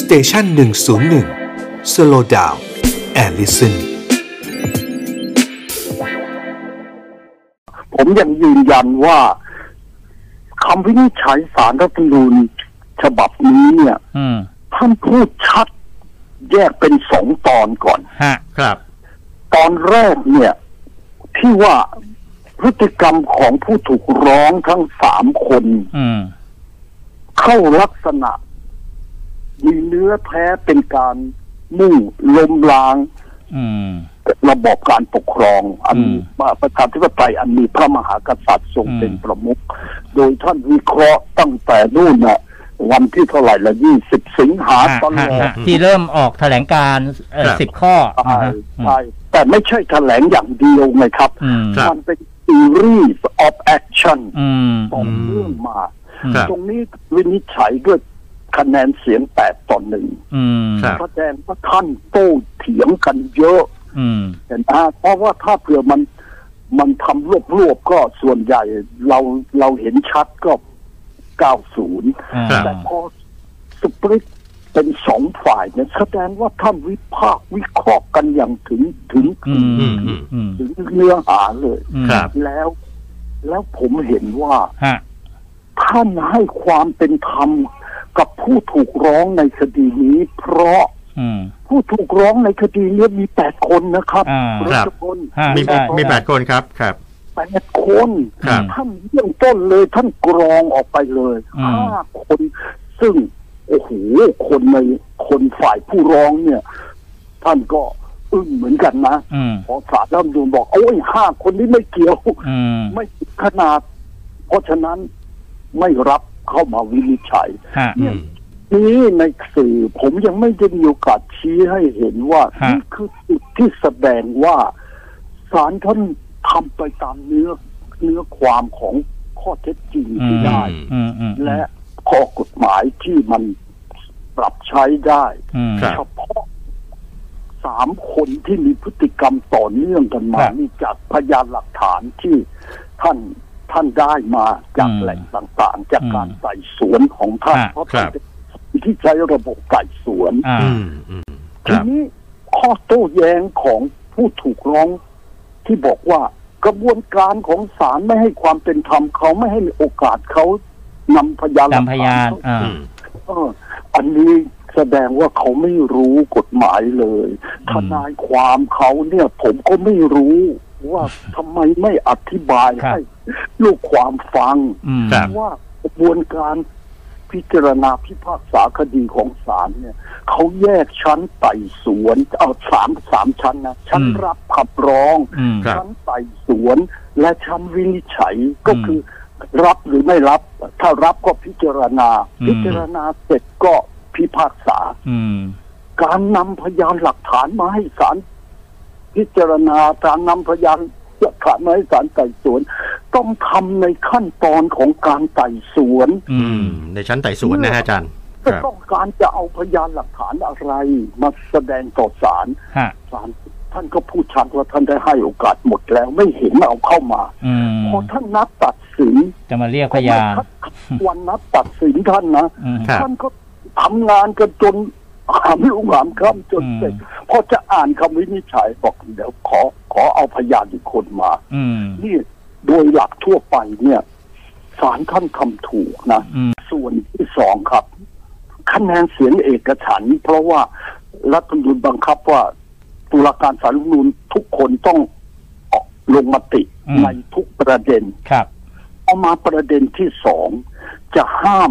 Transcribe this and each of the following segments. สเตชันหนึ่งศูนย์หนึ่งสโลดาวแอลลิสัน ผมยังยืนยันว่าคำวินิจฉัยสารรัฐธรรมนูญฉบับนี้เนี่ย อืม ท่านพูดชัดแยกเป็นสองตอนก่อน ฮะ ครับ ตอนแรกเนี่ย ที่ว่าพฤติกรรมของผู้ถูกร้องทั้งสามคน อืม เข้าลักษณะ มีเนื้อแท้เป็นการมุ่งล้มล้าง อืม ระบอบการปกครอง อัน อืม ประชาธิปไตยอันมีพระมหากษัตริย์ทรงเป็นประมุขโดยท่านวิเคราะห์ตั้งแต่นู่นนะวันที่เท่าไหร่ละยี่สิบสิงหา ฮะ ตอนแร ฮะ ก ฮะที่เริ่มออกแถลงการณ์เอ่อ ครับ สิบข้อ ใช่ อ่าฮะอืม ใช่แต่ไม่ใช่แถลงอย่างเดียวไงครับ อืม ครับ มันเป็น series of action อืม ต่อเนื่องมา ครับ ตรงนี้วินิจฉัยด้วยคะแนนเสียงแปดต่อหนึ่ง อืม ครับ แสดงว่าท่านโต้เถียงกันเยอะ อืม เห็นอ่าเพราะว่าถ้าเผื่อมันมันทำรวบรวบๆก็ส่วนใหญ่เราเราเห็นชัดก็ อ่า 90 แต่พอสปริตเป็นสองฝ่ายเนี่ยแสดงว่าท่านวิพากษ์วิเคราะห์กันอย่างถึงถึง อืมอือืม ม อืม อืม ถึงเนื้อหาเลย อืม ครับ แล้ว แล้วผมเห็นว่า ฮะ ท่านให้ความเป็นธรรมกับผู้ถูกร้องในคดีนี้ เพราะ อืม ผู้ถูกร้องในคดีเนี้มีแปดคนนะครับ อ่า ณ ครั รับ ชพล ฮะ มี ใช่ มีแปดคนครับครับ แปดคน ครับ ท่านเบื้องต้นเลยท่านกรองออกไปเลย อืม ห้าคน ซึ่ง โอ้โหคนในคนฝ่ายผู้ร้องเนี่ย ท่านก็อึ้งเหมือนกันนะ อืม พอสารรัฐธรรมนูญบอกโอ้ยห้าคนนี้ไม่เกี่ยว อืม ไม่ขนาด เพราะฉะนั้นไม่รับเข้ามาวินิจฉัย ฮะ อืม นี่ในสื่อผมยังไม่ได้มีโอกาสชี้ให้เห็นว่า ฮะ นี่คือจุดที่แสดงว่าศาลท่านทำไปตามเนื้อเนื้อความของข้อเท็จจริง อืม ที่ได้ อืมอืม และข้อกฎหมายที่มันปรับใช้ได้ อืม ครับ เฉพาะสามคนที่มีพฤติกรรมต่อเนื่องกันมา ครับ นี่จากพยานหลักฐานที่ท่านท่านได้มาจาก อืม แหล่งต่างๆ จาก อืม การไต่สวนของท่าน ครับ เพราะท่าน ครับ เป็นคนที่ใช้ระบบไต่สวน อ่า อืมอืมค ที รับ นี้ข้อโต้แย้งของผู้ถูกร้องที่บอกว่ากระบวนการของศาลไม่ให้ความเป็นธรรมเขาไม่ให้โอกาสเขานำพยานหลัก จำพ ฐาน ยาน เข้า อ่า อืม เอออันนี้แสดงว่าเขาไม่รู้กฎหมายเลย ทนายความเขาเนี่ย ผมก็ไม่รู้ว่าทำไมไม่อธิบาย ครับ ให้ลูกความฟัง อืม ครับ ว่ากระบวนการพิจารณาพิพากษาคดีของศาลเนี่ย เขาแยกชั้นไต่สวนเอาสามสามชั้นนะชั้น อืม รับขับร้อง อืม ครับ ชั้นไต่สวนและชั้นวินิจฉัยก็ อืม คือรับหรือไม่รับ ถ้ารับก็พิจารณา อืม พิจารณาเสร็จก็พิพากษา อืม การนำพยานหลักฐานมาให้ศาลพิจารณาการนำพยานหลักฐานมาให้ศาลไต่สวน ต้องทำในขั้นตอนของการไต่สวน อื อื ม ม ในชั้นไต่สวนนะฮะอาจารย์ค จะ รับ ต้องการจะเอาพยานหลักฐานอะไร มาแสดงต่อศาล ฮะ ศาลท่านก็พูดชัดว่าท่านได้ให้โอกาสหมดแล้วไม่เห็นเอาเข้ามา อืม พอท่านนัดตัดสิน จะมาเรียกพยาน วันนัดตัดสินท่านนะ อืม ครับ ท่านก็ทำงานกันจนหามรุ่งหามค่ำจนเสร็จ อืม พอจะอ่านคำวินิจฉัยบอกเดี๋ยวขอขอเอาพยานอีกคนมา อืม นี่โดยหลักทั่วไปเนี่ยศาลท่านทำถูกนะ อืม ส่วนที่สองครับ คะแนนเสียงเอกฉันท์เพราะว่ารัฐธรรมนูญบังคับว่าตุลาการศาลรัฐธรรมนูญทุกคนต้องออกลงมติ อืม ในทุกประเด็น ครับ เอามาประเด็นที่สองจะห้าม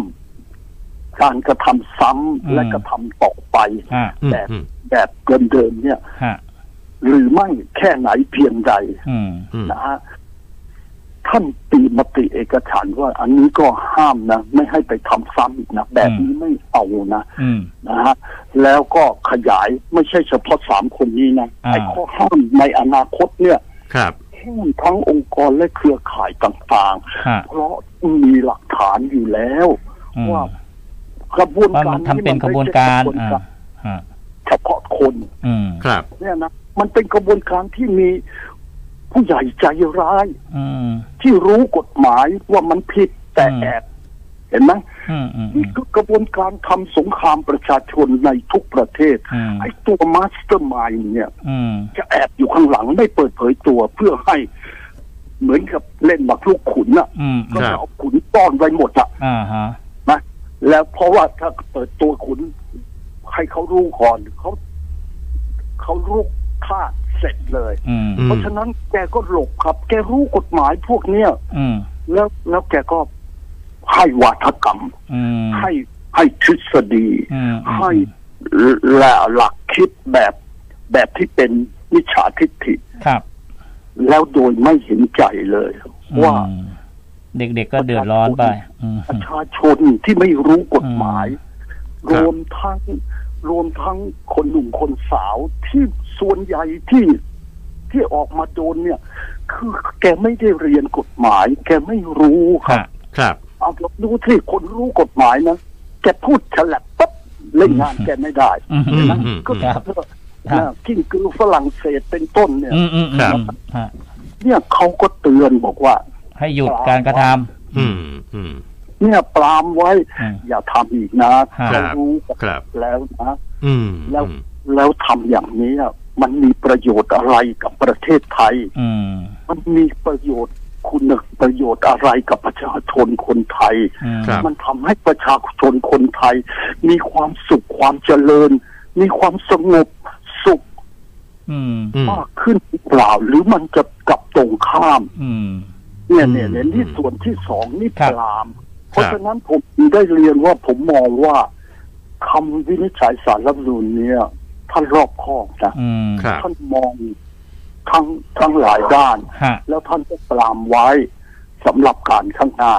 การกระทำซ้ำ อืม และกระทำต่อไป ฮะ อืม แบบ อืม แบบเดิมๆเนี่ย ฮะ หรือไม่แค่ไหนเพียงใด อืม อืม นะฮะท่านตีมติเอกฉันท์ว่า อันนี้ก็ห้ามนะ ไม่ให้ไปทำซ้ำอีกนะ แบบนี้ไม่เอานะ อืม นะฮะแล้วก็ขยายไม่ใช่เฉพาะสามคนนี้นะ อ่า ไอ้ข้อห้ามในอนาคตเนี่ย ครับ ห้ามทั้งองค์กรและเครือข่ายต่าง ๆ ฮะ เพราะมีหลักฐานอยู่แล้ว อืม ว่า กระบวน ว่า การ มันทำเป็นขบวนการ ที่มันไม่ อ่า ใช่ ฮะ เฉพาะคน อืม ครับ เนี่ยนะมันเป็นกระบวนการที่มีผู้ใหญ่ใจร้าย อืม ที่รู้กฎหมายว่ามันผิดแต่ อืม แอบ เห็นไหม อืมอืมอื นี่ ม คือกระบวนการทำสงครามประชาชนในทุกประเทศ อืม ไอ้ตัวมาสเตอร์มายเนี่ย อืม จะแอบอยู่ข้างหลังไม่เปิดเผยตัวเพื่อให้เหมือนกับเล่นหมากลูกขุนน่ะ อืม ก็ ครับ จะเอาขุนต้อนไว้หมดอะ อ่าฮะ นะแล้วเพราะว่าถ้าเปิดตัวขุน ให้เขารู้ก่อนเขาเขารู้ค่าดเสร็จเลย อืม เพราะฉะนั้นแกก็หลบครับ แกรู้กฎหมายพวกเนี้ย อืม แล้วแล้วแกก็ให้วาทกรรม อืม ให้ให้ทฤษฎี อืมอืม ให้และหลักคิดแบบแบบที่เป็นมิจฉาทิฏฐิ ครับ แล้วโดยไม่เห็นใจเลย อืม ว่า เด็กๆก็เดือดร้อนไป อืม ประชาชนที่ไม่รู้กฎหมาย ค ร รับ วมทั้งรวมทั้งคนหนุ่มคนสาวที่ส่วนใหญ่ที่ที่ออกมาโดนเนี่ย คือแกไม่ได้เรียนกฎหมาย แกไม่รู้ครั ค่ะ บ ครับ เอาลองดูที่คนรู้กฎหมายนะแกพูดฉลับปั๊บเล่นงานแกไม่ได้ อืม อืม นะก็ ครับ นะกิ้งกือฝรั่งเศสเป็นต้นเนี่ย อืมอืมอืม ครับ อืมฮะ เนี่ยเขาก็เตือนบอกว่า ให้หยุดการกระทำ อืมอืม เนี่ยปรามไว้ อืม อย่าทำอีกนะครับ เขารู้กัน ครับ แล้วนะ อืม แล้ว อืม แล้วทำอย่างนี้อะมันมีประโยชน์อะไรกับประเทศไทย อืม มันมีประโยชน์คุณประโยชน์อะไรกับประชาชนคนไทย อืม ครับ มันทำให้ประชาชนคนไทย มีความสุขความเจริญ มีความสงบสุข อืม อืม มากขึ้นหรือเปล่า หรือมันจะกลับตรงข้าม อืม เนี่ยเนี่ยเนี่ย อืม นี่ส่วนที่สองนี่ ครับ ปราม เพราะฉะนั้นผมได้เรียนว่าผมมองว่าคำวินิจฉัยสารรัฐธรรมนูญเนี่ยท่านรอบคอบนะ อืม ครับ ท่านมองทั้งทั้งหลายด้าน ฮะ แล้วท่านก็ปรามไว้สำหรับการข้างหน้า